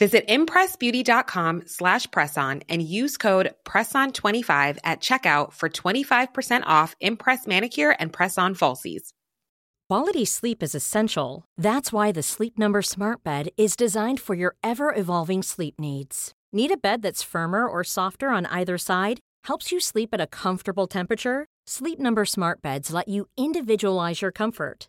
Visit impressbeauty.com slash presson and use code presson25 at checkout for 25% off Impress Manicure and Press-On Falsies. Quality sleep is essential. That's why the Sleep Number smart bed is designed for your ever-evolving sleep needs. Need a bed that's firmer or softer on either side? Helps you sleep at a comfortable temperature? Sleep Number smart beds let you individualize your comfort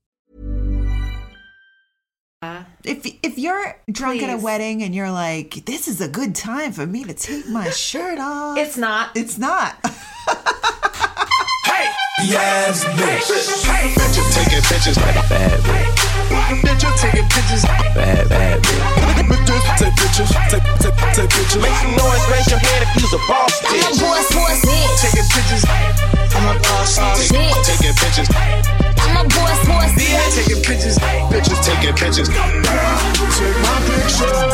If if you're drunk at a Please. wedding and you're like, this is a good time for me to take my shirt off. It's not. It's not. Yes, bitch. That you're taking pictures. Bad bitch. That you're taking pictures. Bad, bad bitch. Bitches, take pictures. Take, take, take pictures. Make some noise, raise your hand if you's a boss I'm a bitch. boss, boss bitch. Taking pictures. I'm a boss bitch. Bitch. Taking pictures. I'm a boss, boss bitch. Taking pictures. Bitches taking pictures. Take my picture.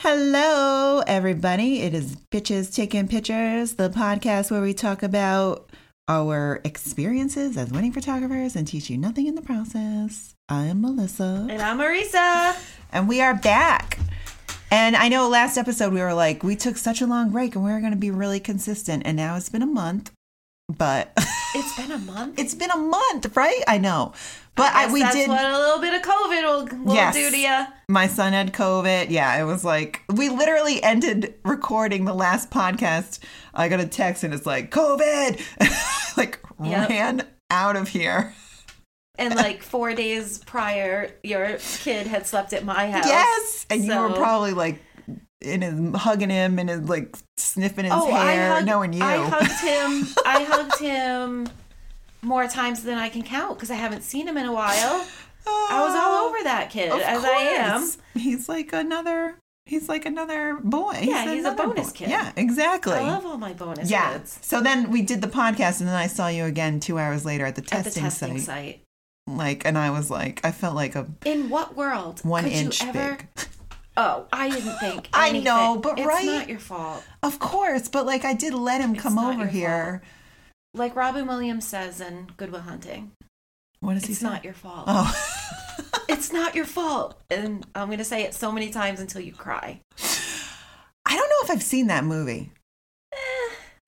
Hello, everybody. It is Bitches Taking Pictures, the podcast where we talk about our experiences as wedding photographers and teach you nothing in the process. I'm Melissa, And I'm Marisa. and we are back. And I know last episode we were like, we took such a long break and we were going to be really consistent. And now it's been a month, but It's been a month. it's been a month, right? I know. But I Guess we that's did. what a little bit of COVID will, will Yes. do to you. My son had COVID. Yeah, it was like we literally ended recording the last podcast. I got a text and it's like COVID, like Yep. ran out of here. And like four days prior, your kid had slept at my house. Yes, and you were So- probably like in his hugging him and his, like sniffing his hair, knowing you. I oh, hugged him. I hugged him more times than I can count because I haven't seen him in a while. I was all over that kid Oh, Of as I am. course. He's like another. He's like another boy. Yeah, he's a another bonus kid. Yeah, exactly. I love all my bonus yeah. kids So then we did the podcast, and then I saw you again two hours later at the at the testing, testing site. site. like and i was like i felt like a In what world one could inch you ever? big Oh, I didn't think. I anything. know, but it's right? not your fault. of course but like i did let him It's come not over your here Like Robin Williams says in Goodwill Hunting, what does he it's say? not your fault. oh It's not your fault. And I'm going to say it so many times until you cry. i don't know if i've seen that movie Eh.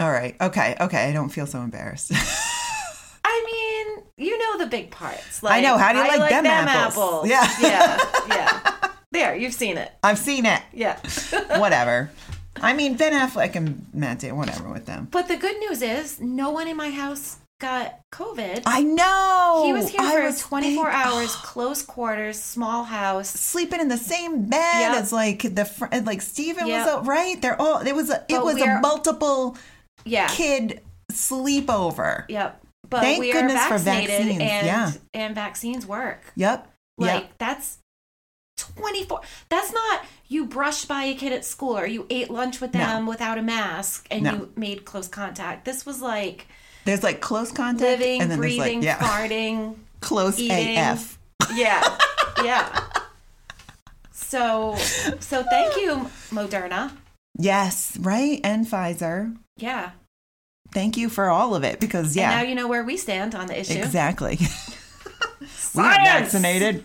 all right okay okay i don't feel so embarrassed I mean, you know the big parts. I know. How do you like them apples? Yeah. Yeah. Yeah. There, you've seen it. i've seen it Yeah. whatever i mean ben affleck and matt Damon, whatever with them But the good news is, no one in my house got COVID. i know he was here I for was 24 think- hours, close quarters, small house. sleeping in the same bed Yep. as like the fr- like Steven was Yep. up right they're all it was a, it But was a we're- multiple Yeah. kid sleepover Yep. But Thank we goodness are for vaccinated vaccines, and yeah. and vaccines work. Yep. Like yep. that's 24. That's not you brushed by a kid at school or you ate lunch with No. them without a mask and No. you made close contact. This was like There's like close contact living, and then breathing, there's like yeah, farting. close eating. AF. Yeah. yeah. So so thank you Moderna. Yes, right? And Pfizer. Yeah. Thank you for all of it because And now yeah, you know where we stand on the issue. exactly. we are Science! vaccinated.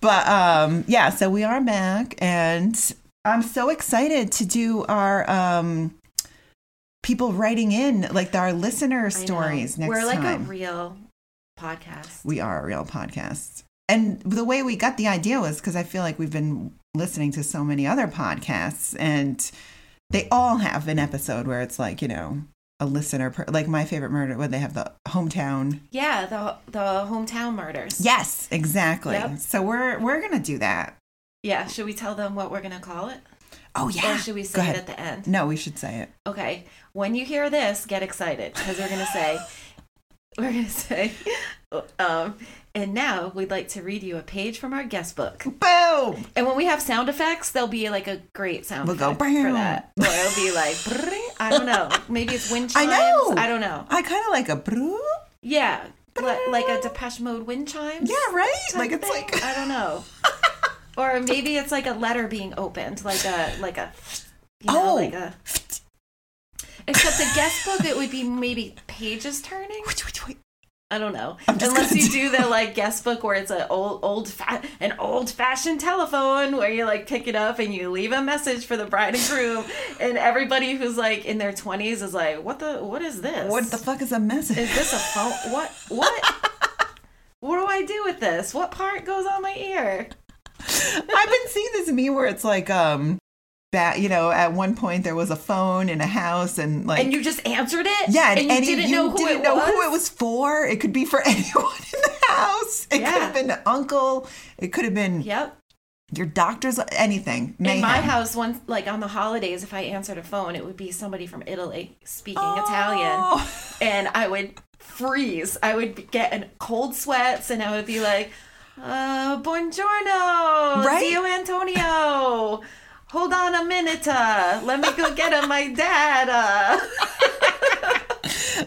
but um yeah, so we are back and I'm so excited to do our um people writing in like our listener I know. stories next We're like time. a real podcast. we are a real podcast. And the way we got the idea was because I feel like we've been listening to so many other podcasts, and they all have an episode where it's like, you know, a listener, per- like my favorite murder when they have the hometown. Yeah, the the hometown murders. Yes, exactly. Yep. So we're we're gonna do that. Yeah. Should we tell them what we're gonna call it? Oh yeah. Or should we Go say it ahead. at the end? No, we should say it. Okay. When you hear this, get excited because we're gonna say we're gonna say. Um, and now we'd like to read you a page from our guest book. Boom. And when we have sound effects, there'll be like a great sound We'll go, effect for that. Or it'll be like, I don't know. Maybe it's wind I chimes. know. I don't know. I kind of like a brew. Yeah. Li- Like a Depeche Mode wind chimes. Yeah, right. type Like it's thing? like I don't know. or maybe it's like a letter being opened, like a like a you know, Oh. like a Except the guest book it would be maybe pages turning. I don't know. just Unless gonna you do do- the like guest book where it's an old old fa- an old fashioned telephone where you like pick it up and you leave a message for the bride and groom and everybody who's like in their twenties is like, what the what is this? what the fuck is a message? Is this a phone? What what? what do I do with this? What part goes on my ear? I've been seeing this meme where it's like um that you know at one point there was a phone in a house and like And you just answered it? yeah and, you any- didn't know who didn't it know was. who it was for. It could be for anyone in the house. It Yeah. could have been an uncle. It could have been Yep. your doctor's anything. In my Mayhem. house, once like on the holidays, if I answered a phone, it would be somebody from Italy speaking Oh. Italian, and I would freeze. I would be- get in cold sweats, and I would be like, uh, "Buongiorno, Right? Zio Antonio." Hold on a minute. Uh, let me go get him, my dad. Uh.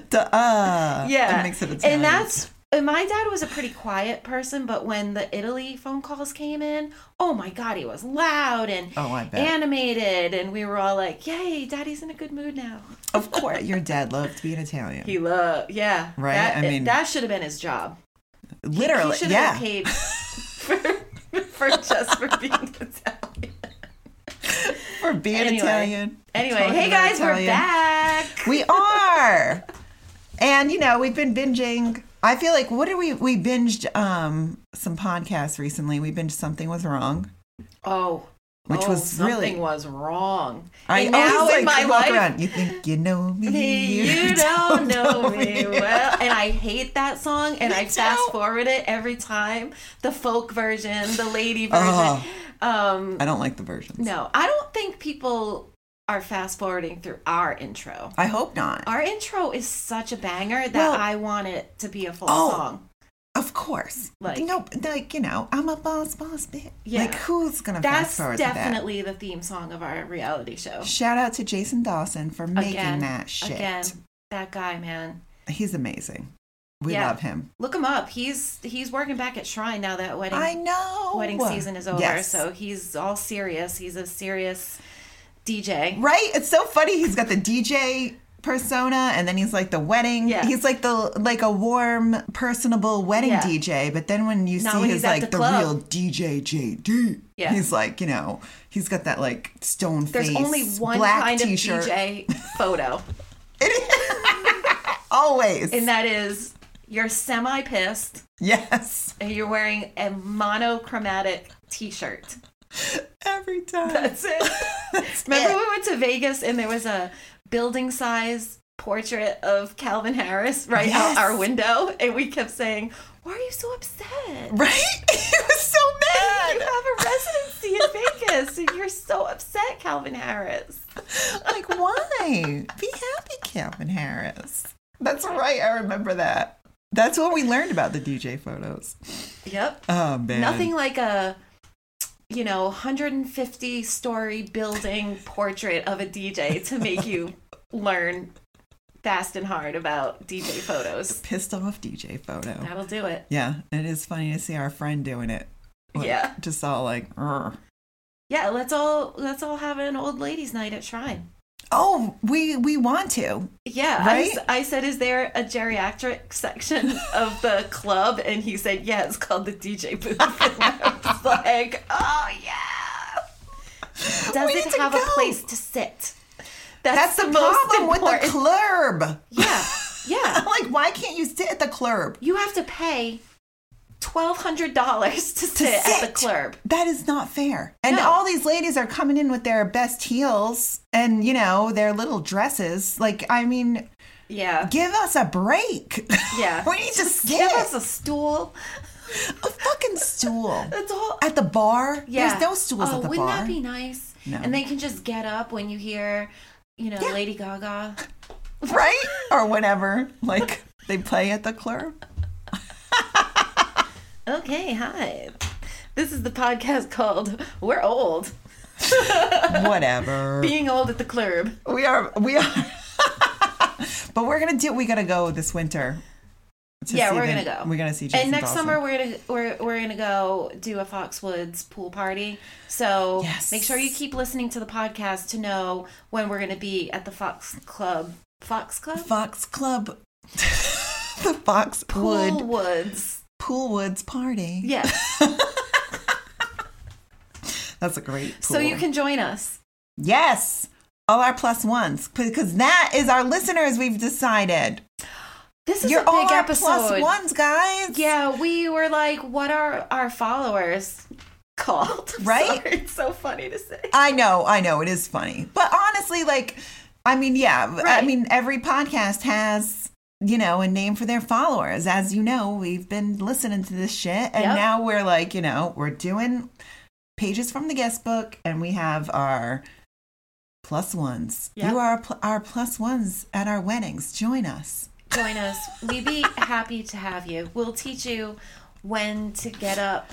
Duh, uh, yeah It makes it Italian. and that's and my dad was a pretty quiet person but when the italy phone calls came in oh my god he was loud and Oh, I bet. animated and we were all like yay daddy's in a good mood now of course your dad loved being Italian. he loved yeah Right? that, I it- mean- that should have been his job he Literally, should yeah. have been paid for, for just for being italian for being Anyway. Italian. anyway Talking hey about guys we're Italian. back We are. and you know, we've been binging. I feel like what did we we binged um some podcasts recently. We binged something was wrong. oh Which oh, was really- something was wrong I and always now in like my walk life around. You think you know me. Me, you don't know me well. And I hate that song, and I fast forward it every time. The folk version, the lady version. Oh. Um, I don't like the versions. no, I don't think people are fast forwarding through our intro. I hope not. Our intro is such a banger that Well- I want it to be a full Oh. song. Of course. Like- Like no, like you know, I'm a boss, boss bitch. Yeah. Like who's gonna That's fast forward to definitely the theme song of our reality show. that? Shout out to Jason Dawson for making that shit. Again, that guy, man. He's amazing. We Yeah. love him. Look him up. He's he's working back at Shrine now that wedding I know. wedding season is over, Oh, Yes. so he's all serious. He's a serious DJ. Right? It's so funny. He's got the DJ persona and then he's like the wedding. Yeah. He's like the like a warm, personable wedding Yeah. DJ. But then when you Not see when his he's at like the the, club. real DJ JD, Yeah. he's like, you know, he's got that like stone There's face. only one black kind t-shirt. of DJ photo, Always. and that is you're semi pissed yes. and you're wearing a monochromatic T-shirt. Every time. That's it. That's Remember it. we went to Vegas and there was a building size portrait of Calvin Harris right Yes. out our window, and we kept saying, "Why are you so upset?" Right? he was so You mad. have a residency in Vegas, and you're so upset, Calvin Harris. like, why? Be happy, Calvin Harris. That's right. I remember that. That's what we learned about the DJ photos. Yep. Oh man, Nothing like a you know 150 story building portrait of a DJ to make you learn fast and hard about DJ photos. pissed off DJ photo. That'll do it. Yeah, it is funny to see our friend doing it. Like, Yeah. just all like, "Urgh." Yeah, let's all let's all have an old ladies' night at Shrine. oh, we we want to. Yeah, I s- Right? I, said, is there a geriatric section of the club? And he said, yeah, it's called the DJ booth. And I was like, oh yeah. Does We it need to have a go. place to sit? That's, the, problem with the important- club. yeah, yeah. like, why can't you sit at the club? You have to pay twelve hundred dollars to sit at the sit. club. That is not fair. And No. all these ladies are coming in with their best heels and you know their little dresses. Like, I mean, Yeah. Give us a break. Yeah. we need to sit. Give us a stool. a fucking stool. That's all. At the bar? Yeah. There's no stools oh, at the wouldn't bar. that be nice? No. And they can just get up when you hear, you know, Yeah. Lady Gaga. Right? Or whenever, like, they play at the club. Okay, hi. This is the podcast called We're Old. Whatever. Being old at the club. We are, we are. but we're going to do, we got to go this winter. to yeah, see we're the- gonna go. We're going to see Jason And next Dawson. summer we're gonna we're we're gonna go do a Foxwoods pool party. So Yes. make sure you keep listening to the podcast to know when we're gonna be at the Fox Club. Fox Club. Fox Club. the Fox Pool Wood Woods. Pool Woods party. Yeah. That's a great pool. So you can join us. Yes. All our plus ones. Because that is our listeners, we've decided. This is You're a all big our episode. plus ones, guys. Yeah, we were like, what are our followers called? I'm Right? sorry, it's so funny to say. I know, I know, it is funny. But honestly, like, I mean, yeah, I Right. mean, every podcast has, you know, a name for their followers. As you know, we've been listening to this shit. And Yep. now we're like, you know, we're doing pages from the guest book and we have our plus ones. Yep. You are pl- our plus ones at our weddings. Join us. Join us. We'd be happy to have you. We'll teach you when to get up,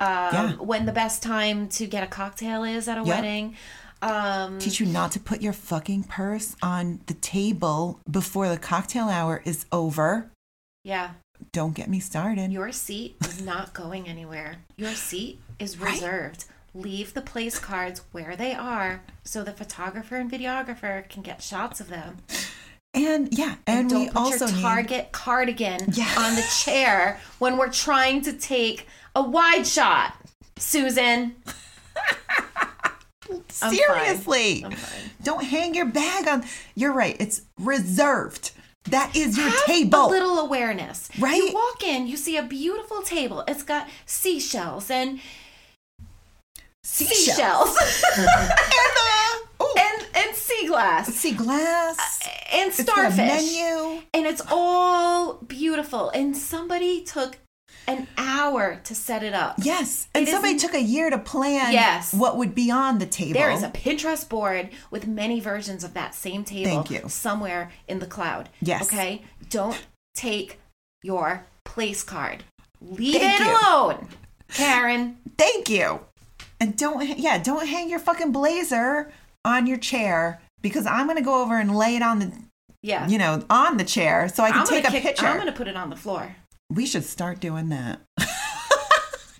um, Yeah. when the best time to get a cocktail is at a Yep. wedding. Um, teach you not to put your fucking purse on the table before the cocktail hour is over. yeah. Don't get me started. Your seat is not going anywhere. Your seat is reserved. Leave the place cards where they are so the photographer and videographer can get shots of them. and yeah, and, don't we put also your need target cardigan Yeah. on the chair when we're trying to take a wide shot. Susan, I'm fine. seriously. I'm fine. Don't hang your bag on. You're right. It's reserved. That is your Have table. A little awareness, You Right? walk in, you see a beautiful table. It's got seashells and Seashell. seashells and the ooh, and and sea glass sea glass. and It's got a starfish. menu. and it's all beautiful. And somebody took an hour to set it up. Yes, and It somebody is- took a year to plan. Yes. what would be on the table? There is a Pinterest board with many versions of that same table Thank you. somewhere in the cloud. Yes. Okay? Don't take your place card. Leave Thank it you. alone, Karen. Thank you. And don't ha- yeah, don't hang your fucking blazer on your chair because I'm gonna go over and lay it on the Yeah. you know on the chair so I can I'm take a gonna kick- picture. I'm going to put it on the floor We should start doing that.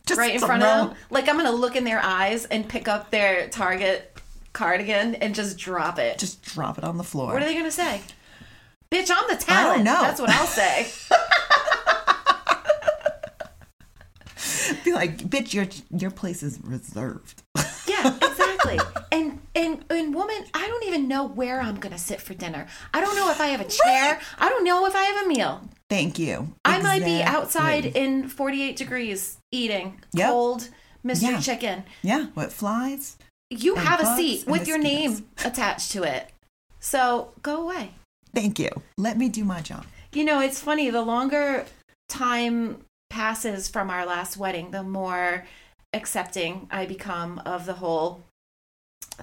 Just right in throw- front of them. Like, I'm going to look in their eyes and pick up their Target cardigan and just drop it. Just drop it on the floor. what are they going to say? Bitch, I'm the talent. know. That's what I'll say. Be like, bitch, your your place is reserved. Yeah, exactly. and and and woman, I don't even know where I'm gonna sit for dinner. I don't know if I have a chair. I don't know if I have a meal. Thank you. I might be Exactly. outside in 48 degrees eating Yep. cold mystery Yeah. chicken. Yeah, what flies? You And have a bugs seat and with your mosquitoes. name attached to it. So go away. Thank you. Let me do my job. You know, it's funny. The longer time passes from our last wedding, the more accepting I become of the whole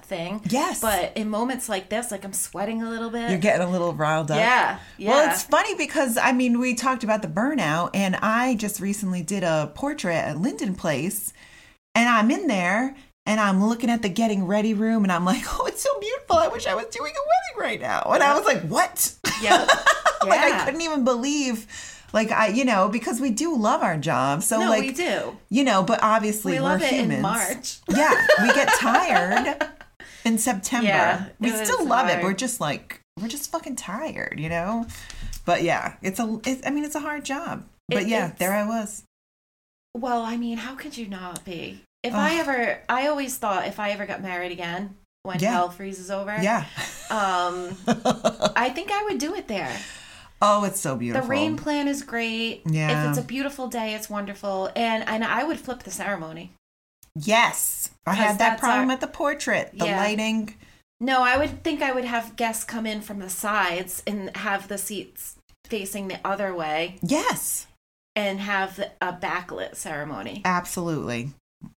thing. Yes. But in moments like this, like I'm sweating a little bit. You're getting a little riled up. Uh, yeah. Yeah. Well, it's funny because I mean, we talked about the burnout, and I just recently did a portrait at Linden Place, and I'm in there and I'm looking at the getting ready room, and I'm like, oh, it's so beautiful. I wish I was doing a wedding right now. And I was like, what? Yep. like, I Yeah. couldn't even believe, like, I, you know, because we do love our job. So, no, like, we do. you know, but obviously We are love it humans. in March. Yeah, we get tired in September. Yeah, we it still is love it. hard. We're just like we're just fucking tired, you know. But yeah, it's a. It's, I mean, it's a hard job. But It- yeah, it's- there I was. Well, I mean, how could you not be? If I Ugh. ever, I always thought if I ever got married again, when Yeah. hell freezes over, Yeah. um, I think I would do it there. Oh, it's so beautiful. The rain plan is great. Yeah. If it's a beautiful day, it's wonderful. And and I would flip the ceremony. Yes, I 'Cause had that that's problem our- at the portrait. The Yeah. lighting No, I would think I would have guests come in from the sides and have the seats facing the other way Yes, and have a backlit ceremony. absolutely.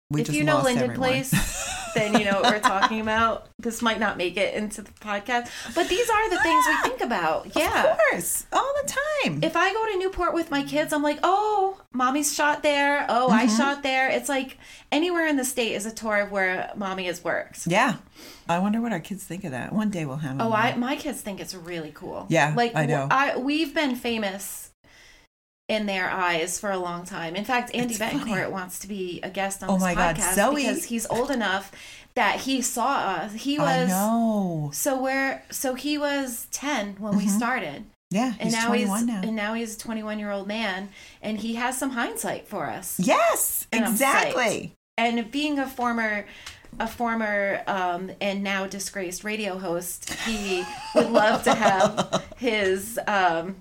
We if just you know lost Linden everyone. Place, then you know what we're talking about. This might not make it into the podcast, but these are the things we think about. Yeah. Of course, all the time. If I go to Newport with my kids, I'm like, oh, mommy's shot there. Oh, I Mm-hmm. shot there. It's like anywhere in the state is a tour of where mommy has worked. yeah, I wonder what our kids think of that. One day we'll have. them Oh, on. I my kids think it's really cool. Yeah, like I know. I we've been famous in their eyes for a long time. In fact, Andy It's funny. Betancourt wants to be a guest on Oh this my God, podcast Zoe. because he's old enough that he saw us. He I was know. so where so he was ten when Mm-hmm. we started, Yeah, and he's now twenty he's one now. and now he's a twenty one year old man, and he has some hindsight for us. yes, And I'm psyched. exactly. And being a former a former um, and now disgraced radio host, he would love to have his um,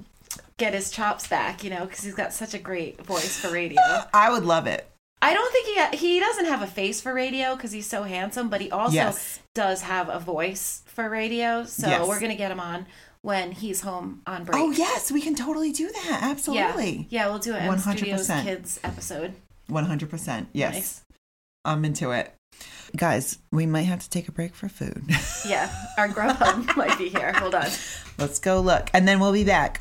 get his chops back, you know, because he's got such a great voice for radio. I would love it. I don't think he ha- he doesn't have a face for radio because he's so handsome, but he also Yes. does have a voice for radio. So Yes. we're gonna get him on when he's home on break. Oh yes, we can totally do that. yeah, Absolutely, yeah, we'll do it. One hundred 100%. percent kids episode. one hundred percent. Yes, Nice. I'm into it, guys. We might have to take a break for food. Yeah, our Grubhub might be here. Hold on. Let's go look, and then we'll be back.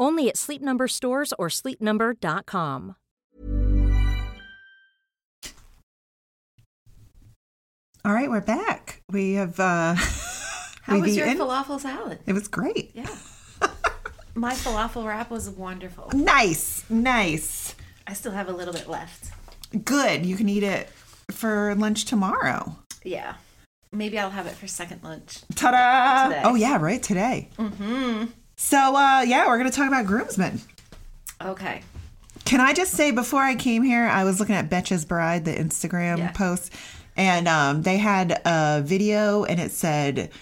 Only at Sleep Number stores or sleepnumber.com. All right, we're back. We have. uh How we've was your eaten. falafel salad? It was great. Yeah. My falafel wrap was wonderful. Nice, nice, I still have a little bit left. good. You can eat it for lunch tomorrow. Yeah. Maybe I'll have it for second lunch. Ta-da! Today. Oh yeah, right today. Mm-hmm. So uh, yeah, we're gonna talk about groomsmen. Okay. Can I just say before I came here, I was looking at Betcha's Bride, the Instagram Yeah. post, and um, they had a video, and it said,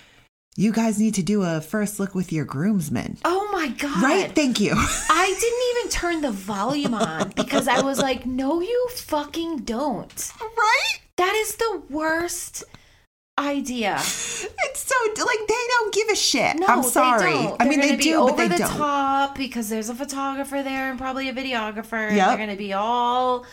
"You guys need to do a first look with your groomsmen." Oh my god. Right? Thank you. I didn't even turn the volume on because I was like, no, you fucking don't. right? That is the worst idea. It's so like they don't give a shit. No, I'm sorry. They don't. I mean, they They're gonna be do, over but they the don't. top because there's a photographer there and probably a videographer. and Yep. They're gonna be all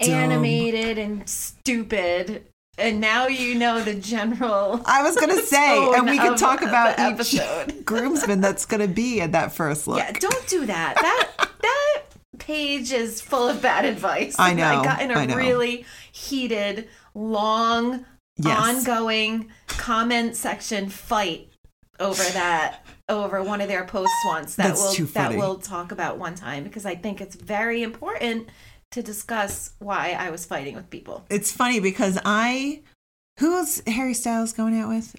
Dumb. animated and stupid. And now you know the general. I was gonna say, and we tone could of talk about the each episode. groomsman that's gonna be in that first look. Yeah, don't do that. That page is full of bad advice. I And know, I got in a I know. really heated, long, Yes. ongoing comment section fight over that over one of their posts once that That's will too that funny. we'll talk about one time because I think it's very important to discuss why I was fighting with people. It's funny because I. Who's Harry Styles going out with?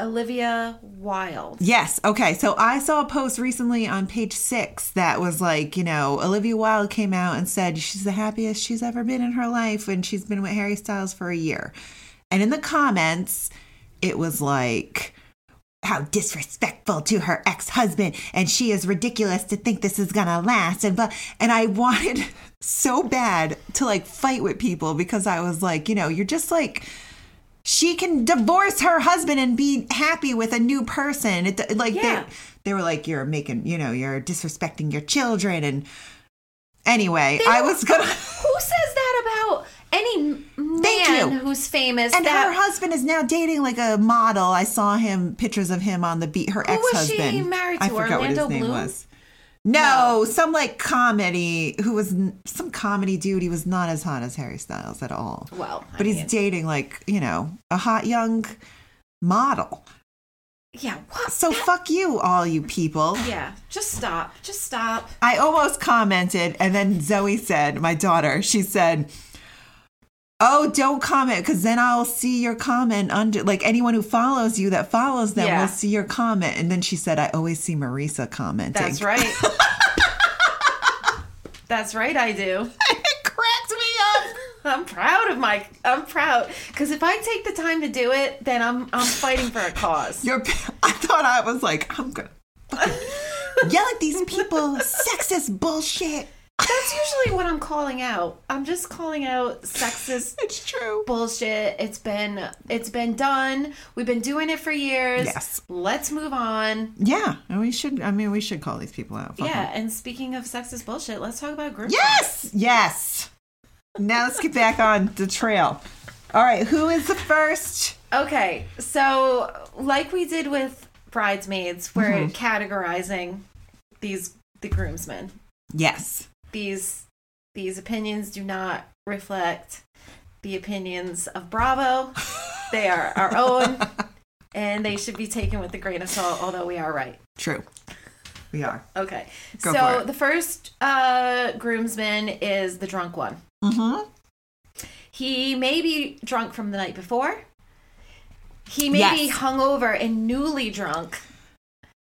Olivia Wilde. Yes. Okay. So I saw a post recently on page six that was like, you know, Olivia Wilde came out and said she's the happiest she's ever been in her life and she's been with Harry Styles for a year. And in the comments, it was like, how disrespectful to her ex-husband and she is ridiculous to think this is gonna last and but and i wanted so bad to like fight with people because i was like you know you're just like she can divorce her husband and be happy with a new person it, like Yeah. they, they were like you're making you know you're disrespecting your children and anyway i was gonna Who says that about any m- man Thank you. who's famous? and that, her husband is now dating like a model. I saw him pictures of him on the beat. Her Who was ex she husband. married I to? forgot what his Orlando name Bloom? was. No, some like comedy who was n- some comedy dude. He was not as hot as Harry Styles at all. Well, I but he's mean- dating like you know a hot young model. yeah, what? So fuck you, all you people. yeah, just stop, just stop. I almost commented, and then Zoe said, my daughter, she said, Oh, don't comment because then I'll see your comment under like anyone who follows you that follows them Yeah. will see your comment. And then she said, I always see Marisa commenting. That's right. That's right, I do. it cracked me up. I'm proud of my. I'm proud because if I take the time to do it, then I'm I'm fighting for a cause. Your, I thought I was like, I'm gonna fucking yell at these people, sexist bullshit. That's usually what I'm calling out. I'm just calling out sexist It's true. bullshit. It's been it's been done. We've been doing it for years. Yes. Let's move on. Yeah, and we should. I mean, we should call these people out. Fuck 'em. Yeah, and speaking of sexist bullshit, let's talk about group. Uh-huh. Yes, yes. Now let's get back on the trail. All right, who is the first? Okay, so like we did with bridesmaids, we're categorizing these the groomsmen. Yes. These these opinions do not reflect the opinions of Bravo. They are our own, and they should be taken with a grain of salt. Although we are right. True. We are. Okay, Go for so it. the first uh, groomsman is the drunk one. Mm-hmm. He may be drunk from the night before. He may be Yes. hungover and newly drunk.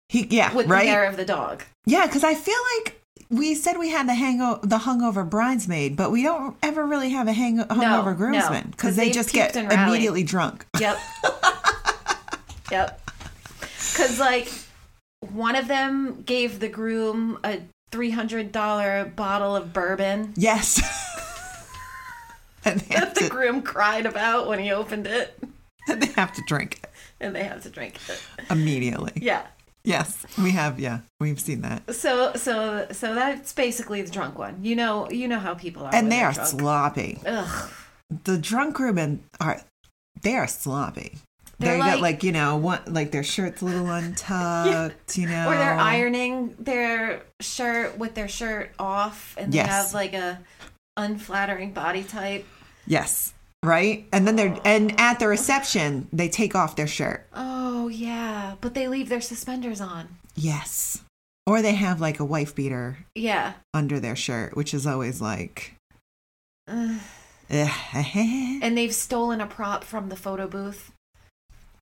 He yeah, with right? the hair of the dog. Yeah, because I feel like we said we had the hango- the hungover bridesmaid, but we don't ever really have a hang- hungover no, groomsman 'cause because they they just puked get and rallied. immediately drunk. Yep. yep. Because, like, one of them gave the groom a $300 bottle of bourbon Yes. and they have, that the to, groom cried about when he opened it, they have to drink it and they had to drink it. immediately. Yeah. Yes, we have. Yeah, we've seen that. So, so, so that's basically the drunk one. You know, you know how people are. when And they they're are drunk. sloppy. Ugh. the drunk women are they are sloppy. They're they like- got like you know one like their shirts a little untucked, you know, Or they're ironing their shirt with their shirt off, and they Yes. have like a unflattering body type. Yes, right. And then they're and at the reception they take off their shirt. Oh yeah, but they leave their suspenders on. Yes, or they have like a wife beater Yeah. under their shirt, which is always like. Ugh. "Eh, And they've stolen a prop from the photo booth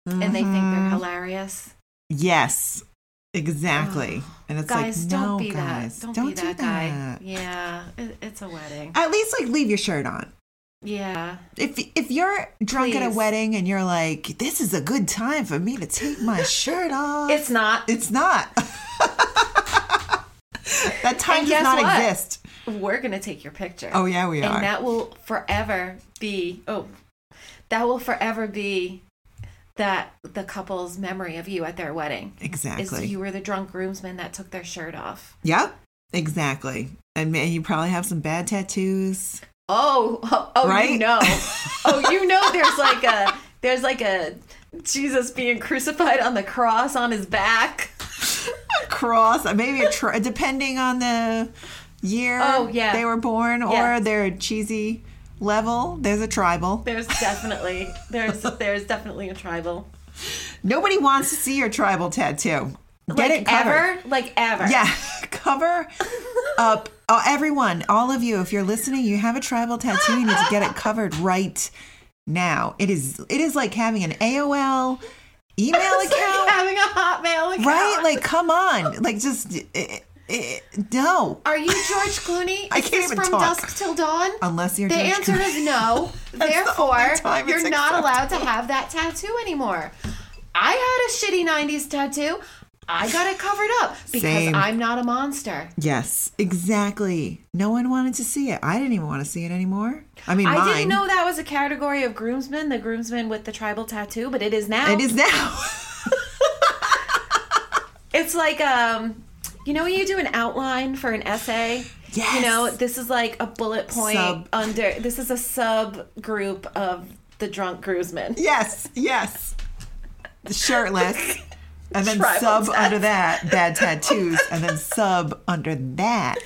and they think they're hilarious. Mm-hmm. yes, exactly. and it's guys, like, don't no, be guys, that. Don't, be do that, guy. that. Yeah, it, it's a wedding. At least like leave your shirt on. Yeah. if if you're drunk at a Please. wedding and you're like, this is a good time for me to take my shirt off. It's not. It's not. that time does And guess not what? exist. We're going to take your picture. Oh yeah, we are. And that will forever be oh, that will forever be that the couple's memory of you at their wedding. exactly. Is you were the drunk groomsman that took their shirt off. yep. Exactly. And man, you probably have some bad tattoos. Oh, oh, oh, Right? you know. Oh, you know there's like a there's like a Jesus being crucified on the cross on his back. uh, A cross, maybe a tr- depending on the year Oh, yeah. they were born or Yes. their cheesy level. There's a tribal. There's definitely there's there's definitely a tribal. Nobody wants to see your tribal tattoo. Get like it covered. ever, like ever. Yeah, cover up. Oh, everyone, all of you, if you're listening, you have a tribal tattoo. You need to get it covered right now. It is. It is like having an AOL email It's like account, having a hotmail account. right? Like, come on, like just eh, eh, no. Are you George Clooney? I Is can't this even from talk. dusk till dawn. Unless you're the George answer Clooney. is no. the only Therefore, time you're it's not allowed to have that tattoo anymore. I had a shitty '90s tattoo. I got it covered up because Same. I'm not a monster. Yes, exactly. No one wanted to see it. I didn't even want to see it anymore. I mean, I mine. didn't know that was a category of groomsmen, the groomsmen with the tribal tattoo, but it is now. It is now. It's like um, you know when you do an outline for an essay. Yes. You know this is like a bullet point Sub. under. This is a sub group of the drunk groomsmen. Yes, yes. Shirtless. And then Tribal sub tat- under that, bad tattoos. And then sub under that.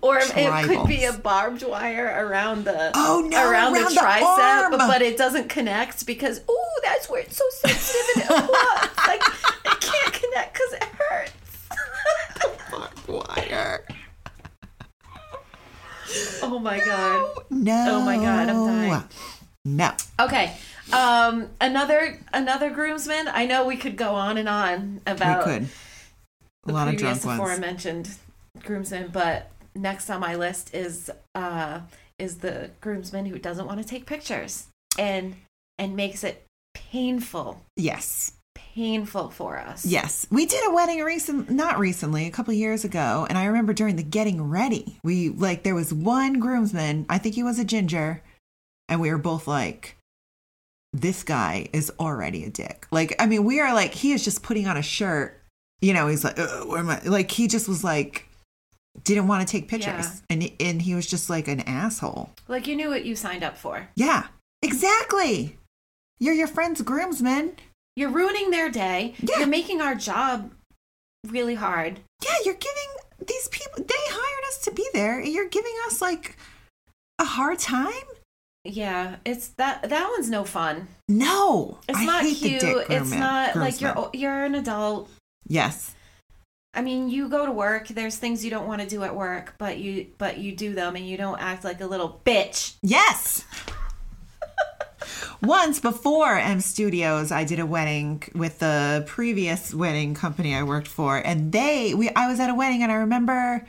Or it could be a Tribals. barbed wire around the Oh, no, around, around the the tricep, arm. but it doesn't connect because oh that's where it's so sensitive and it plugs. like it can't connect because it hurts. Wire. oh my god. No. Oh my God, I'm dying. No. Okay. Um, another another groomsman. I know we could go on and on about we could. A the lot of previous drunk ones. aforementioned groomsmen, but next on my list is uh is the groomsman who doesn't want to take pictures and and makes it painful, Yes. painful for us. Yes. We did a wedding recent not recently, a couple years ago, and I remember during the getting ready, we like there was one groomsman, I think he was a ginger, and we were both like this guy is already a dick. Like I mean, we are like he is just putting on a shirt. You know, he's like "Ugh, where am I? like he just was like didn't want to take pictures. Yeah. And and he was just like an asshole. Like you knew what you signed up for. Yeah. Exactly. You're your friend's groomsman. You're ruining their day. Yeah. You're making our job really hard. yeah, you're giving these people, they hired us to be there. You're giving us like a hard time? Yeah, it's that that one's no fun. No. It's I not hate the cute. dick it's groomman- not like groomsmen. you're you're an adult. Yes. I mean, you go to work. There's things you don't want to do at work, but you but you do them, and you don't act like a little bitch. Yes. Once before M Studios, I did a wedding with the previous wedding company I worked for, and they we I was at a wedding, and I remember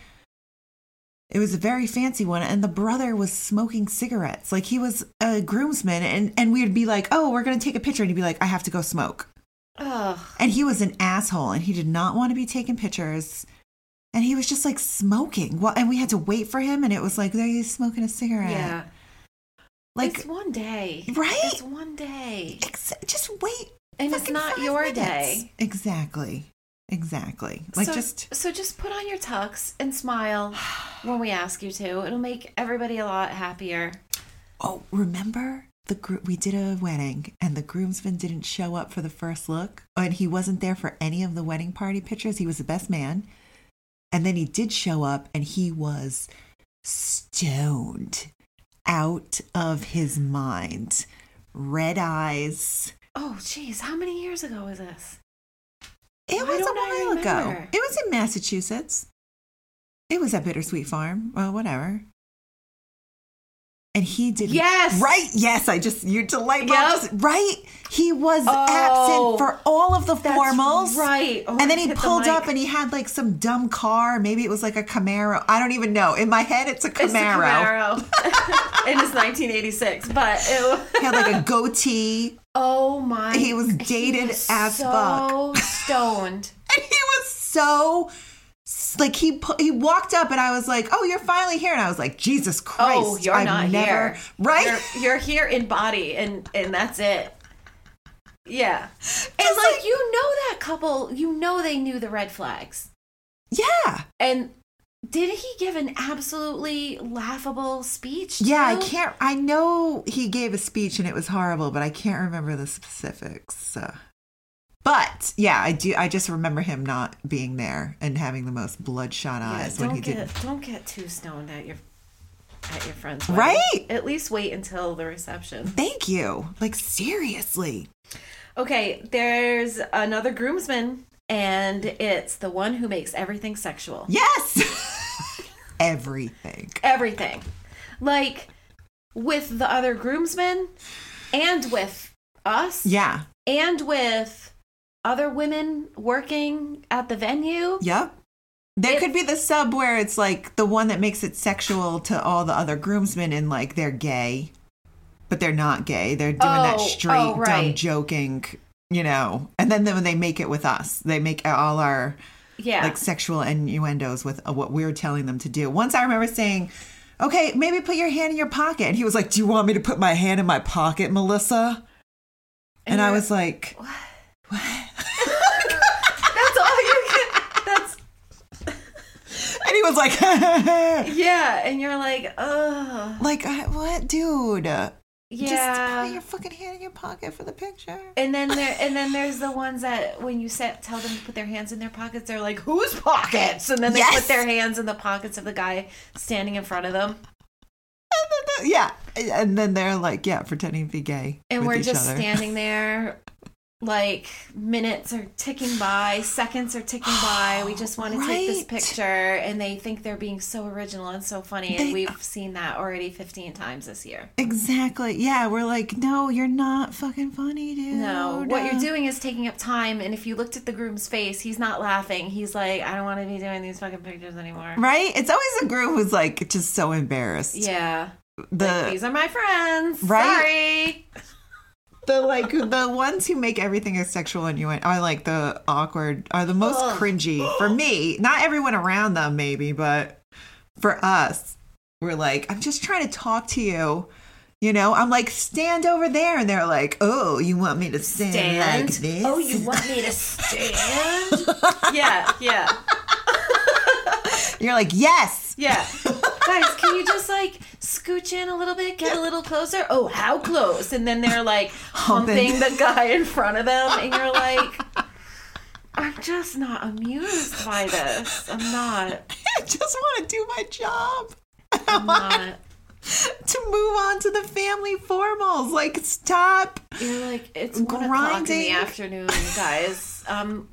it was a very fancy one, and the brother was smoking cigarettes, like he was a groomsman, and and we'd be like, oh, we're gonna take a picture, and he'd be like, I have to go smoke, Ugh. and he was an asshole, and he did not want to be taking pictures. And he was just like smoking. Well, and we had to wait for him, and it was like, there he's smoking a cigarette. Yeah. Like, it's one day, Right? It's one day, Ex- just wait. and it's fucking not five your minutes. day. Exactly. Exactly. Like so, just so just put on your tux and smile when we ask you to. It'll make everybody a lot happier. oh, remember the group we did a wedding and the groomsman didn't show up for the first look and he wasn't there for any of the wedding party pictures. He was the best man. And then he did show up and he was stoned out of his mind. Red eyes. Oh, jeez, how many years ago was this? It Why was a don't I while ago. remember? It was in Massachusetts. It was at Bittersweet Farm. Well, whatever. And he did Yes! right. Yes, I just you're delightful. Yep. Just- Right, he was Oh, absent for all of the that's formals. right. Oh, and then I he hit the pulled up mic. and he had like some dumb car. Maybe it was like a Camaro. I don't even know. In my head, it's a Camaro. It's the Camaro. and it's 1986, but it. wa- He had like a goatee, Oh my! He was dated as so fuck. stoned. and he was so. Like he pu- he walked up and I was like, "Oh, you're finally here!" And I was like, "Jesus Christ, oh, you're I've not never- here, right?" You're, you're here in body, and and that's it. Yeah, and Just like, like- you know that couple, you know they knew the red flags, Yeah. and did he give an absolutely laughable speech? Yeah, I too? can't. I know he gave a speech and it was horrible, but I can't remember the specifics. So. But yeah, I do. I just remember him not being there and having the most bloodshot eyes when don't he get didn't. don't get too stoned at your at your friend's wedding. Right? At least wait until the reception. Thank you. Like seriously. Okay, there's another groomsman, and it's the one who makes everything sexual. Yes. Everything. Everything, like with the other groomsmen, and with us, Yeah. and with other women working at the venue. Yep. There It- could be the sub where it's like the one that makes it sexual to all the other groomsmen and like they're gay, but they're not gay. They're doing that Oh, straight, oh, dumb right. joking, you know. And then, then when they make it with us, they make all our Yeah, like sexual innuendos with uh, what we're telling them to do. Once I remember saying, okay, maybe put your hand in your pocket. And he was like, do you want me to put my hand in my pocket, Melissa? And I you're- was like, that's all you can. That's and he was like, yeah, and you're like, ugh. Like, I, what, dude? Just Yeah. put your fucking hand in your pocket for the picture. and then there, and then there's the ones that when you set, tell them to put their hands in their pockets, they're like, "Whose pockets?" And then they Yes. put their hands in the pockets of the guy standing in front of them, yeah. And then they're like, yeah, pretending to be gay. and with we're each just other. standing there, like minutes are ticking by, seconds are ticking by. We just want to take this Right. picture, and they think they're being so original and so funny, They- and we've seen that already 15 times this year. Exactly. Yeah. We're like, no, you're not fucking funny, dude. No, what you're doing is taking up time, and if you looked at the groom's face, he's not laughing. He's like, I don't want to be doing these fucking pictures anymore. Right? It's always a groom who's like just so embarrassed. Yeah. The These are my friends. Uh, Right? the like the ones who make everything a sexual innuendo are like the awkward are the most cringy for me not everyone around them maybe but for us we're like i'm just trying to talk to you you know i'm like stand over there and they're like oh you want me to stand, Stand. like this Oh, you want me to stand? yeah, yeah, you're like yes yeah. Guys, can you just like scooch in a little bit, get a little closer? Oh, how close? And then they're like Humping. humping the guy in front of them, and you're like, I'm just not amused by this. I'm not. i just want to do my job I'm not. to move on to the family formals like stop You're like, it's one o'clock in the Grinding. afternoon, guys. I'm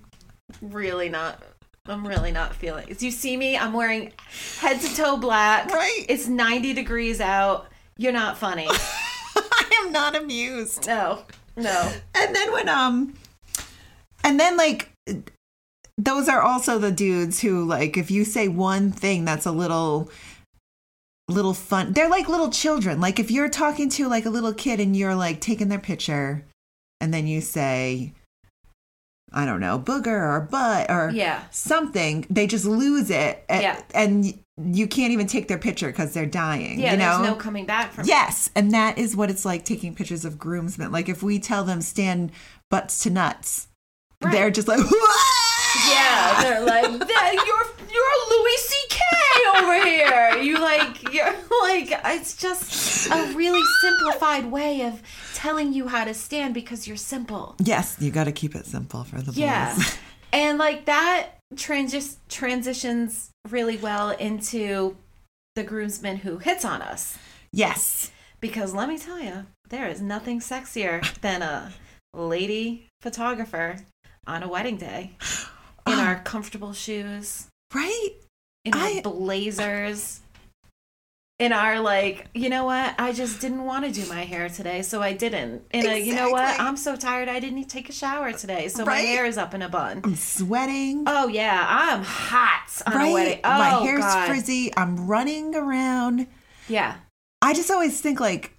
really not. I'm really not feeling. You see me? I'm wearing head to toe black. Right. It's 90 degrees out. You're not funny. i am not amused No. No. and then when um and then like those are also the dudes who like if you say one thing that's a little little fun they're like little children like if you're talking to like a little kid and you're like taking their picture and then you say i don't know booger or butt or Yeah. something they just lose it and, Yeah. and you can't even take their picture because they're dying Yeah. you know there's no coming back from. Yes, and that is what it's like taking pictures of groomsmen. Like if we tell them stand butts to nuts, Right. they're just like, "Whoa!" Yeah. They're like, "That- you're you're Louis C.K. over here. You like you're like it's just a really simplified way of telling you how to stand because you're simple. Yes, you got to keep it simple for the boys. Yeah. and like that transis- transitions really well into the groomsman who hits on us. yes. Because let me tell you, there is nothing sexier than a lady photographer on a wedding day in our comfortable shoes, Right? in our I- blazers. In our like, you know what? I just didn't want to do my hair today, so I didn't. And a, you know what? Exactly. I'm so tired. I didn't take a shower today, so Right? my hair is up in a bun. I'm sweating. Oh yeah, I'm hot on a wedding. right? Oh, My hair's God. frizzy. I'm running around. Yeah, I just always think like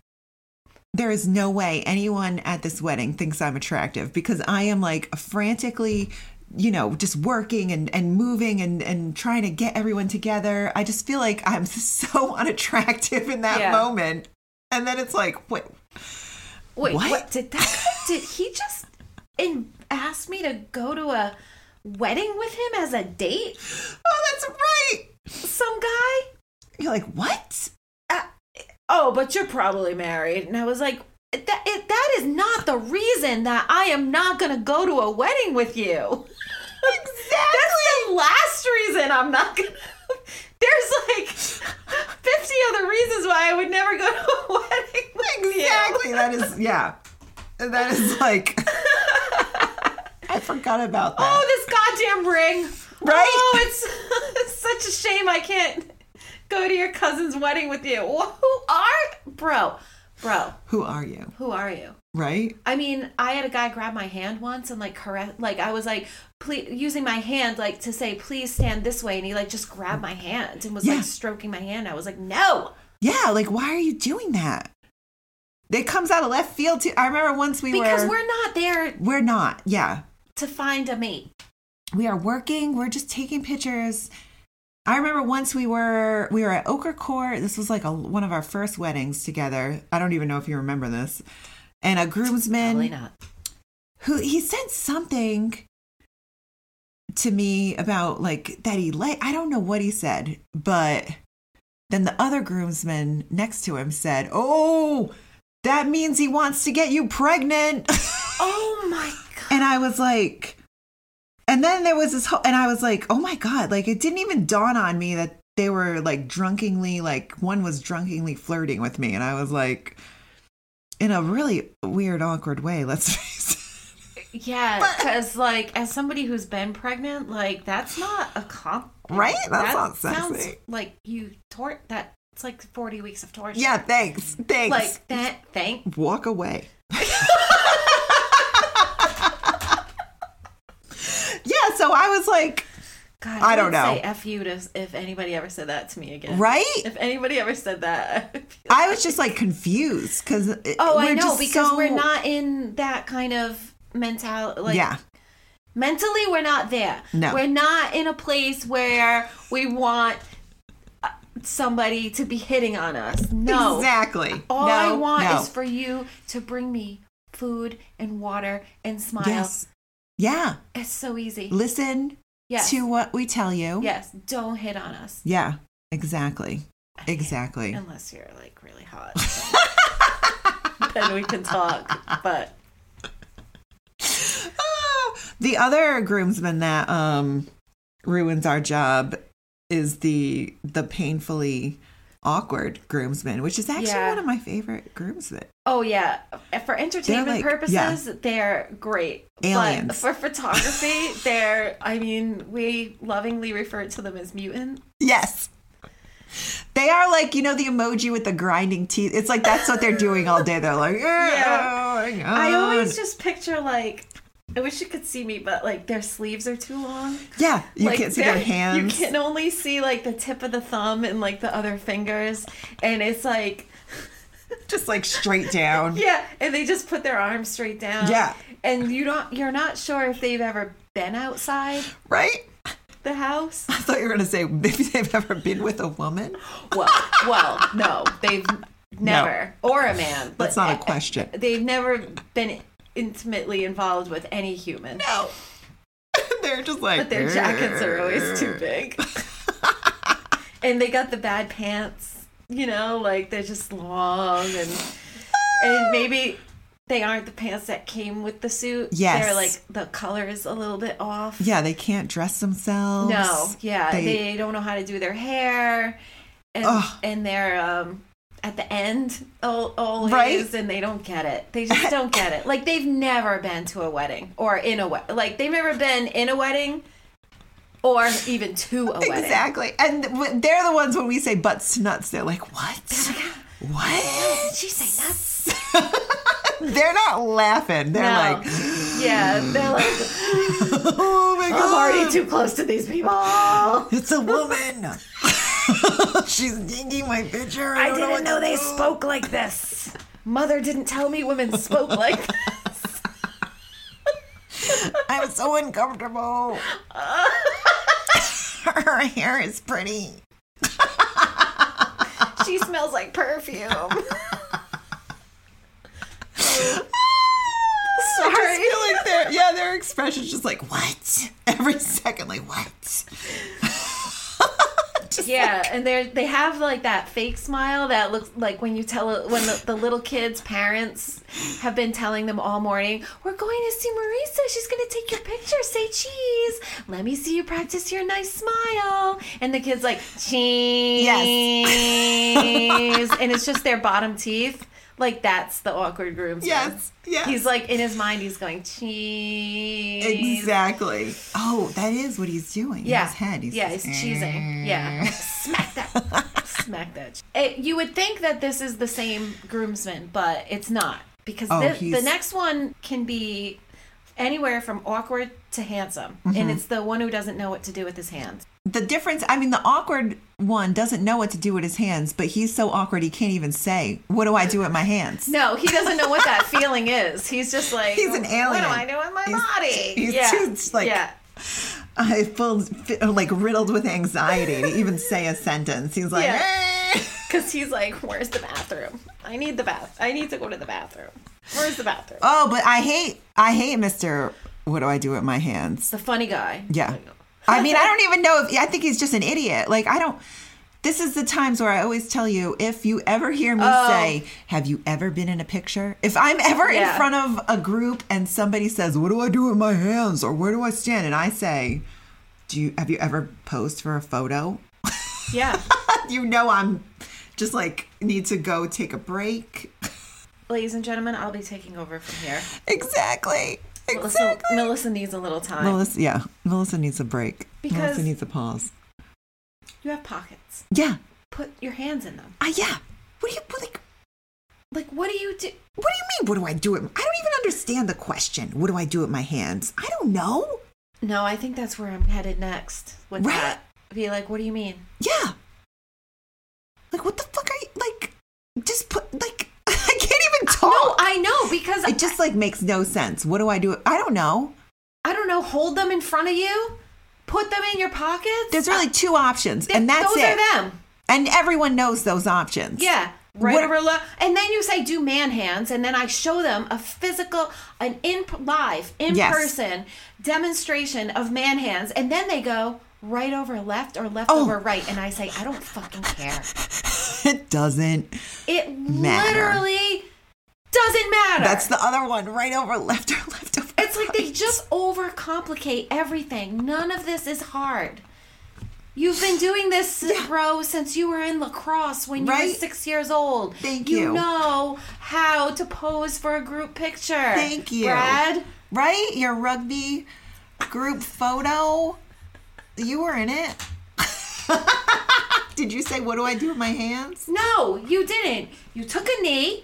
there is no way anyone at this wedding thinks I'm attractive because I am like frantically, you know, just working and, and moving and, and trying to get everyone together. I just feel like I'm so unattractive in that Yeah. moment. And then it's like, wait, wait, What? what, did that? did he just in, ask me to go to a wedding with him as a date? oh, that's right. Some guy? You're like, what? Oh, but you're probably married. And I was like, that, it, that is not the reason that I am not going to go to a wedding with you. Exactly. That's the last reason I'm not going to. There's like 50 other reasons why I would never go to a wedding with Exactly. That is, yeah. That is like, I forgot about you. that. Oh, this goddamn ring. Right? Oh, it's, it's such a shame I can't go to your cousin's wedding with you. Wh- Who are. Bro, bro, Who are you? who are you? Right? I mean, I had a guy grab my hand once and like caress, like I was like, please, using my hand like to say, please stand this way, and he like just grabbed my hand and was Yeah. like stroking my hand. I was like, no, Yeah. Like, why are you doing that? It comes out of left field too. I remember once we because were. we're not there We're not. Yeah. to find a mate. we are working we're just taking pictures i remember once we were we were at ochre court this was like a, one of our first weddings together i don't even know if you remember this and a Probably groomsman not. who he sent something to me about like that he like i don't know what he said but then the other groomsman next to him said oh that means he wants to get you pregnant Oh my god! and I was like, and then there was this whole, and I was like, oh my God, like it didn't even dawn on me that they were like drunkenly, like one was drunkenly flirting with me. And I was like, in a really weird, awkward way, let's face it. Yeah, because like as somebody who's been pregnant, like that's not a comp. Right? That that sounds sounds sexy. like you tort that. It's like forty weeks of torture. Yeah, thanks. Thanks. like that. Thank Walk away. yeah, so I was like, God, I don't would know. Say F you to, if anybody ever said that to me again. right? If anybody ever said that. I'd be I was just like confused because oh, I know because we're not in that kind of mentality. Like, yeah, Mentally, we're not there. No. We're not in a place where we want uh, somebody to be hitting on us. No. exactly. All no, I want no. is for you to bring me food and water and smile. yes, yeah. It's so easy. Listen yes. to what we tell you. yes. Don't hit on us. yeah, exactly, exactly. Unless you're like really hot. then we can talk. But Ah, the other groomsman that um ruins our job is the the painfully awkward groomsman, which is actually Yeah. one of my favorite groomsmen. oh yeah, for entertainment like- purposes, yeah. they're great. But Aliens. for photography, they're I mean, we lovingly refer to them as mutant. Yes. They are like, you know, the emoji with the grinding teeth. It's like that's what they're doing all day. They're like, yeah. I always just picture like I wish you could see me, but like their sleeves are too long. Yeah, you Like, can't see their they're- hands. You can only see like the tip of the thumb and like the other fingers, and it's like Just like straight down. Yeah, and they just put their arms straight down. Yeah. And you don't you're not sure if they've ever been outside Right? the house. I thought you were going to say maybe they've ever been with a woman. Well, well, no. They've never or a man. That's but not a question. They've never been intimately involved with any human. No. they're just like. But their jackets are always too big. and they got the bad pants, you know, like they're just long and and maybe they aren't the pants that came with the suit. Yes. They're like the color is a little bit off. Yeah, they can't dress themselves. No, yeah, they, They- don't know how to do their hair, and Ugh. and they're um at the end al- always, Right? and they don't get it. They just don't get it. Like they've never been to a wedding or in a wedding. Like they've never been in a wedding or even to a wedding. Exactly. And w- they're the ones when we say butts to nuts, they're like, what? "Ah, What? Did she say nuts? they're not laughing. They're No. like, yeah, they're like oh my God. I'm already too close to these people. I It's a woman. She's digging my picture. I, don't didn't what know to they do. spoke like this. Mother didn't tell me women spoke like this. I'm so uncomfortable. Her hair is pretty. She smells like perfume. I Sorry. feel like their yeah, their expression's just like what every second, like what. Just Yeah, like- and they they have like that fake smile that looks like when you tell when the, the little kids' parents have been telling them all morning, "We're going to see Marisa. She's going to take your picture. Say cheese. Let me see you practice your nice smile." And the kids like cheese, and it's just their bottom teeth. Like that's the awkward groom. Yes, yes. He's like in his mind, he's going cheese. exactly. Oh, that is what he's doing. Yeah. In his head. He's yeah, just- Mm. he's cheesing. Yeah. Smack that. Smack that. It, you would think that this is the same groomsman, but it's not. Because Oh, the, the he's- next one can be anywhere from awkward to handsome. Mm-hmm. And it's the one who doesn't know what to do with his hands. The difference, I mean, the awkward one doesn't know what to do with his hands, but he's so awkward he can't even say, "What do I do with my hands?" No, he doesn't know what that feeling is. He's just like, He's an What alien. do I do with my He's- body? he's yeah. too, like- yeah. I feel feel, like riddled with anxiety to even say a sentence. He's like, Yeah. "Eh." Because he's like, where's the bathroom? I need the bath. I need to go to the bathroom. Where's the bathroom? "Oh, but I hate, I hate Mister. What do I do with my hands?" It's the funny guy. Yeah. I mean, I don't even know if I think he's just an idiot. Like, I don't. This is the times where I always tell you if you ever hear me Oh. say, Have you ever been in a picture? If I'm ever Yeah. in front of a group and somebody says, What do I do with my hands? or Where do I stand? And I say, Do you have you ever posed for a photo? Yeah. you know, I'm just like, need to go take a break. Ladies and gentlemen, I'll be taking over from here. exactly. Melissa, Exactly. Melissa needs a little time. Melissa, yeah. Melissa needs a break. Because- Melissa needs a pause. You have pockets. Yeah. Put your hands in them. Uh, yeah. What do you what, like? Like, what do you do? What do you mean? What do I do? With, I don't even understand the question. What do I do with my hands? I don't know. No, I think that's where I'm headed next with Right. that. Be like, what do you mean? Yeah. Like what the fuck are you like? Just put like I can't even talk. No, I know because it just like makes no sense. What do I do? I don't know. I don't know. Hold them in front of you. Put them in your pockets. There's really two options, Th- and that's those it. are them. And everyone knows those options. Yeah. Right What- or left. And then you say do man hands, and then I show them a physical, an in live, in Yes. person demonstration of man hands, and then they go right over left or left Oh. over right, and I say I don't fucking care. It doesn't. It Matter. literally doesn't matter. That's the other one, right over left or left over. It's like they right. just overcomplicate everything. None of this is hard. You've been doing this, bro, since you were in lacrosse when you were Right? six years old. Thank you. you. know how to pose for a group picture. Thank you. Brad. Right? Your rugby group photo. You were in it. Did you say, What do I do with my hands? No, you didn't. You took a knee,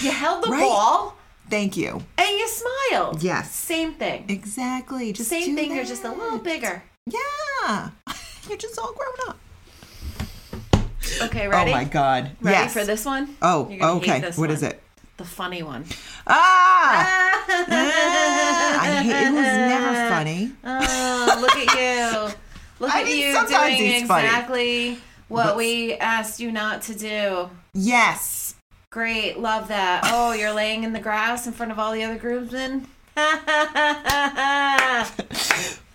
you held the Right. ball, Thank you. and you smiled. Yes. Same thing. Exactly. Just Same do thing, you're just a little that. bigger. Yeah. You're just all grown up. Okay, ready? Oh my God. Ready yes. for this one? Oh, You're gonna hate okay. What this is one. it? The funny one. Ah! Ah! I hate it was never funny. Oh, look at you. Look I at mean, you sometimes doing he's funny. exactly what But- we asked you not to do. Yes. Great, love that. Oh, you're laying in the grass in front of all the other groomsmen.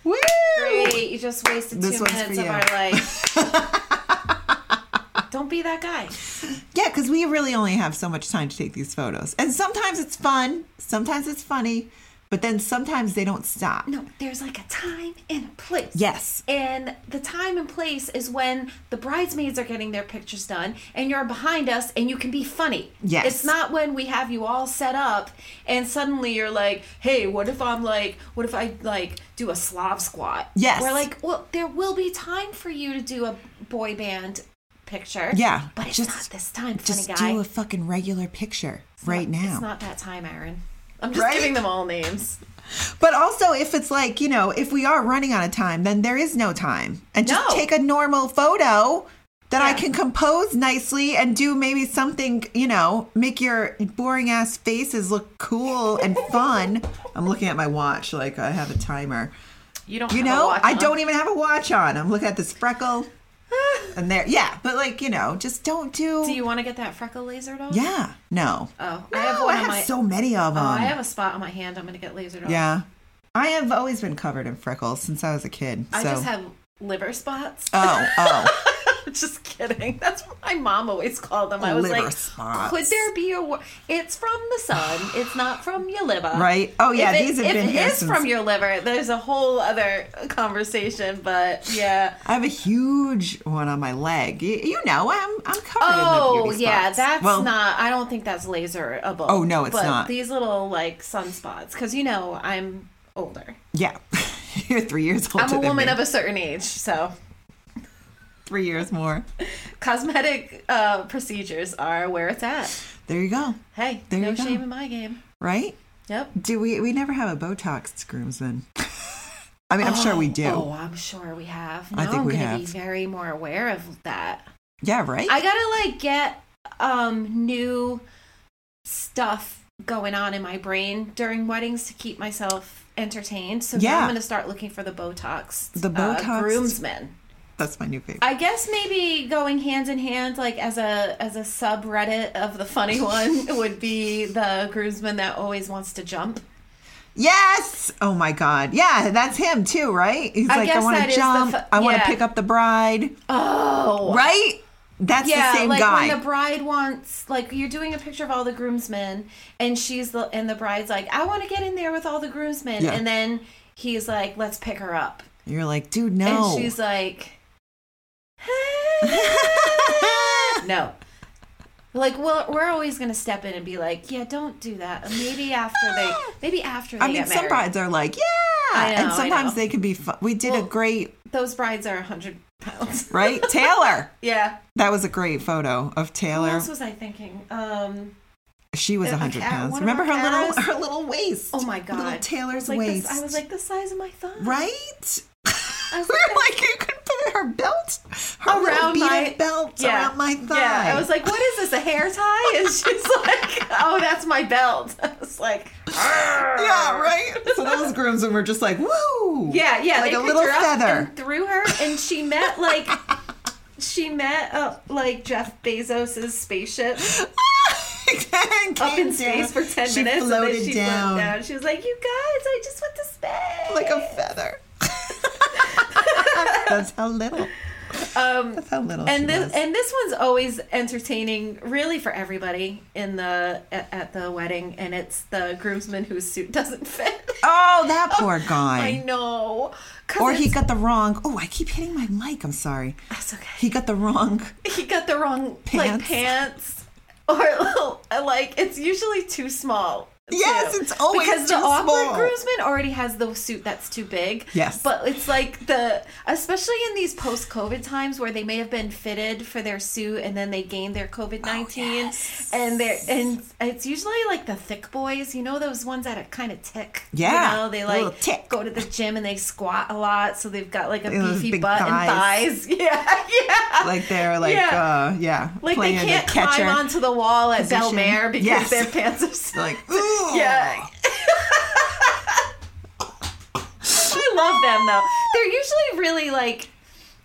Woo! Great, you just wasted This two one's minutes for of you. our life. Don't be that guy. Yeah, because we really only have so much time to take these photos. And sometimes it's fun, sometimes it's funny, but then sometimes they don't stop. No, there's like a time and a place. Yes. And the time and place is when the bridesmaids are getting their pictures done and you're behind us and you can be funny. Yes. It's not when we have you all set up and suddenly you're like, hey, what if I'm like, what if I like do a slob squat? Yes. We're like, well, there will be time for you to do a boy band picture. Yeah. But it's not this time, funny just guy. do a fucking regular picture right Not- now. It's not that time, Aaron. I'm just Right? giving them all names. but also, if it's like, you know, if we are running out of time, then there is no time. And just No. take a normal photo that I Yeah. can compose nicely and do maybe something, you know, make your boring ass faces look cool and fun. I'm looking at my watch like I have a timer. You don't You have a know, watch I on. don't even have a watch on. I'm looking at this freckle. and there, yeah, but like, you know, just don't do. Do you want to get that freckle lasered off? Oh. yeah, Um, no. Oh, no, I have I one on have my- so many of them. Oh, I have a spot on my hand. I'm gonna get lasered off. yeah. I have always been covered in freckles since I was a kid. So. I just have liver spots. Oh, oh. Just kidding. That's what my mom always called them. I was Liver like, spots. could there be a? Wor- it's from the sun. It's not from your liver, Right. Oh, yeah, If it- these have if been it here is since- from your liver, there's a whole other conversation. But yeah. I have a huge one on my leg. You, you know, I'm I'm covered in the Oh beauty yeah, spots. that's Well, not. I don't think that's laserable. Oh, no, it's but not. These little like sunspots, because you know I'm older. Yeah, you're three years older. I'm a than woman me. of a certain age, so three years more. cosmetic uh, procedures are where it's at. There you go. Hey, There no you go. shame in my game. Right? Yep. Do we? We never have a Botox groomsman. I mean, I'm sure we do. Oh, I'm sure we have. No, I I think am we gonna be have. very more aware of that. yeah, right. I gotta like get um new stuff going on in my brain during weddings to keep myself entertained. So now Yeah. I'm gonna start looking for the Botox, uh, The Botox- groomsmen. that's my new favorite. I guess maybe going hand in hand, like as a as a subreddit of the funny one, would be the groomsman that always wants to jump. yes. Oh my God. Yeah, that's him too, right? He's I like, I guess want that to is the jump. fu- I want to yeah. pick up the bride. Oh, Right? That's yeah, the same like guy. when the bride wants, like you're doing a picture of all the groomsmen, and she's the and the bride's like, I want to get in there with all the groomsmen, Yeah. and then he's like, let's pick her up, You're like, dude, no. and she's like, no. Like well, we're always gonna step in and be like, yeah, don't do that. Maybe after they, maybe after they I mean, get some married. brides are like, yeah, I know, and I sometimes know. they can be. Fun. We did a Well- great Those brides are hundred pounds, right, Taylor. yeah. That was a great photo of What Taylor. else was I thinking? Um, She was Uh, hundred uh, pounds. one of Remember her our little Aras? her little waist. oh my god, little Taylor's like waist. this- I was like the size of my thumb, right? I was we like, were like, you could put her belt, her little around beaded my belt around my thigh. Yeah, I was like, "What is this? A hair tie?" And she's like, "Oh, that's my belt." I was like, yeah, right. So those groomsmen were just like, woo, "Yeah, yeah." like they a picked little her up feather. and threw her, and she met like she met uh, like Jeff Bezos's spaceship And up came in space down. for ten she minutes. floated and then she down, floated down. She was like, "You guys, I just went to space." like a feather. That's how little. um, That's how little. she and this was. and this one's always entertaining really for everybody in the at, at the wedding and it's the groomsman whose suit doesn't fit oh, that poor guy. i know 'Cause Or he it's- got the wrong. Oh, I keep hitting my mic. I'm sorry. That's okay. He got the wrong. he got the wrong Pants. like pants or like it's usually too small Yes, too. it's always because the too awkward small. groomsman already has the suit that's too big. Yes. but it's like the especially in these post-COVID times where they may have been fitted for their suit and then they gained their COVID nineteen, Oh, and they're and it's usually like the thick boys, you know, those ones that are kind of tick. Yeah, you know, they a little like tick. go to the gym and they squat a lot, so they've got like a Those beefy big butt thighs. and thighs. Yeah, yeah. Like they're like Yeah. uh yeah. Like they playing the can't catcher. climb onto the wall at position. Bel Mare because Yes. their pants are so Like ooh. yeah. I love them though. They're usually really like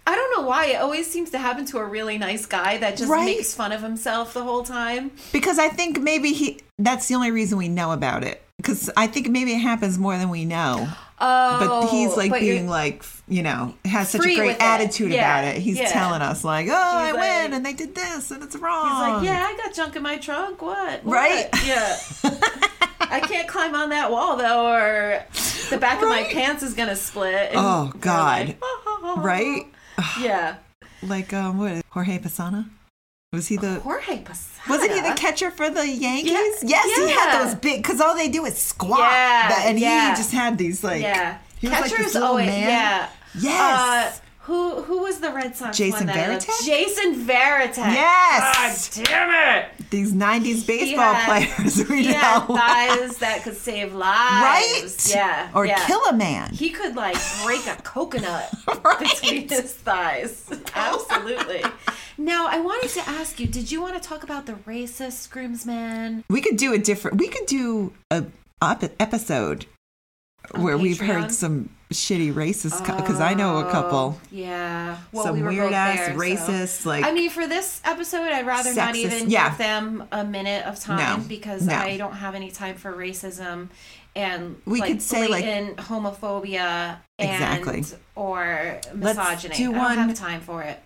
I don't know why it always seems to happen to a really nice guy that just Right. makes fun of himself the whole time. Because I think maybe he. That's the only reason we know about it. Because I think maybe it happens more than we know. Oh, but he's like but you're- being like f- you know has such a Free great with it. attitude Yeah, about it. He's yeah. telling us like, oh, I like- win and they did this and it's wrong. he's like, yeah, I got junk in my trunk. What? What?" "Oh." Right. Yeah. I can't climb on that wall though, or the back of Right. my pants is gonna split. and Oh, we're God. like, "Oh." right. Yeah. Like um, what Jorge Pasana? Was he the Jorge Posada. Wasn't he the catcher for the Yankees? Yes, he yeah. had those big because all they do is squat, Yeah, That- and yeah. he just had these like Yeah. He was like this Catchers little always- man. yeah. Yes. Uh, who who was the Red Sox? Jason one that I Veritek? loved? Jason Veritek. Yes. God damn it. these '90s baseball had- players we He had know, thighs that could save lives. right? Yeah. or yeah. kill a man. He could like break a coconut Right. between his thighs. Absolutely. now I wanted to ask you: Did you want to talk about the racist groomsman? we could do a different. We could do a, op episode where we've Patreon? Oh. heard some shitty racists because I know a couple. Yeah. Well, Some we were both weird-ass there, so- racists, like- I mean, for this episode, I'd rather not Sexist- even yeah. give them a minute of time No, because no. I don't have any time for racism and We like, could say, like- blatant homophobia and Exactly. or Let's misogyny. do I don't one- have time for it.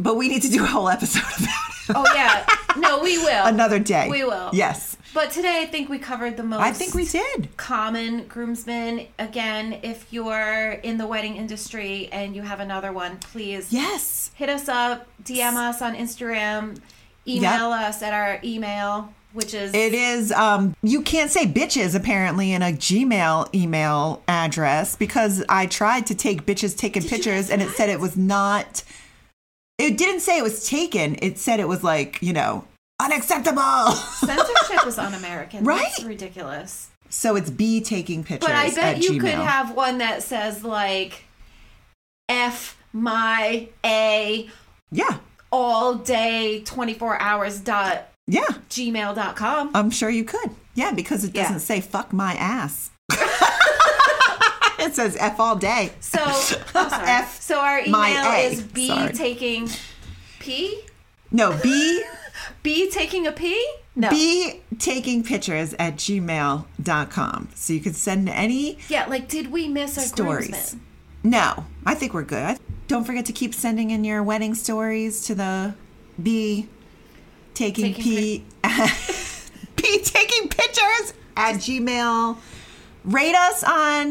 But we need to do a whole episode about it. Oh yeah. no, we will. Another day. We will. Yes. But today, I think we covered the most. I think we did. common groomsmen again if you're in the wedding industry and you have another one please Yes. hit us up dm us on instagram email us at our email which is It is. Um, you can't say bitches apparently in a Gmail email address because I tried to take bitches taking pictures and it said it was not. It didn't say it was taken. It said it was like you know unacceptable. censorship is un-american Right? That's ridiculous so it's B taking pictures. but i bet at you could Gmail. have one that says like f my a Yeah. all day 24 hours dot Yeah. gmail dot com. I'm sure you could. Yeah, because it Yeah. doesn't say fuck my ass. it says F all day. So, I'm sorry. F so our my email A. is b Sorry. taking p No, B b taking a p. No. B taking pictures at gmail.com. So you could send any yeah, like did we miss our stories. groomsmen? No, I think we're good. I, don't forget to keep sending in your wedding stories to the B taking, Taking P B taking pictures at gmail. Rate us on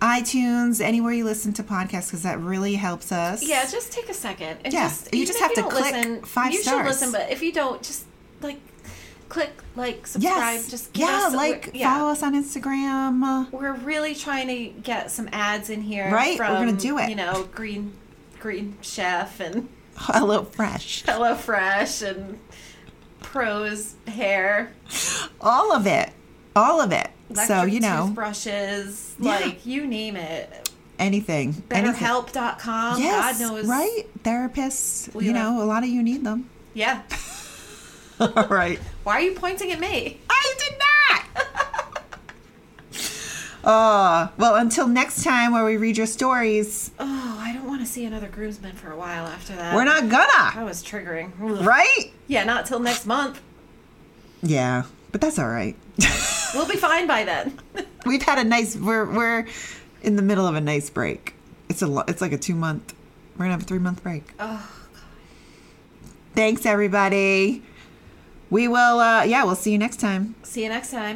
iTunes, anywhere you listen to podcasts, because that really helps us. Yeah, just take a second. And Yeah, just, you even just if have to don't click listen, five You should stars. listen, but if you don't, just like click, like subscribe. Yes. Just give yeah, us- like we're- yeah. follow us on Instagram. We're really trying to get some ads in here. Right, we're From, gonna do it. You know, green, green chef and Hello Fresh. Hello Fresh and Pros hair. All of it. All of it. so, electric you know, toothbrushes, Yeah. like you name it. anything. anything. BetterHelp.com. Yes, God knows. right? Therapists. We you love- know, a lot of you need them. Yeah. All right. Why are you pointing at me? I did not. Uh, well, until next time where we read your stories, Oh, I don't want to see another groomsman for a while after that. we're not gonna, That was triggering. Ugh. right? Yeah, not till next month. Yeah, but that's all right. We'll be fine by then. We've had a nice. We're we're in the middle of a nice break. It's a lo- it's like a two month. We're gonna have a three month break. Oh. God. Thanks everybody. We will. uh Yeah, we'll see you next time. See you next time.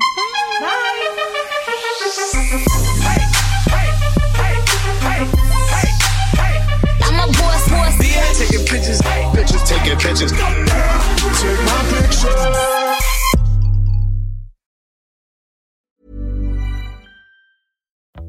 I'm a boss, boss. Be out taking pictures, pictures taking pictures. Take my picture.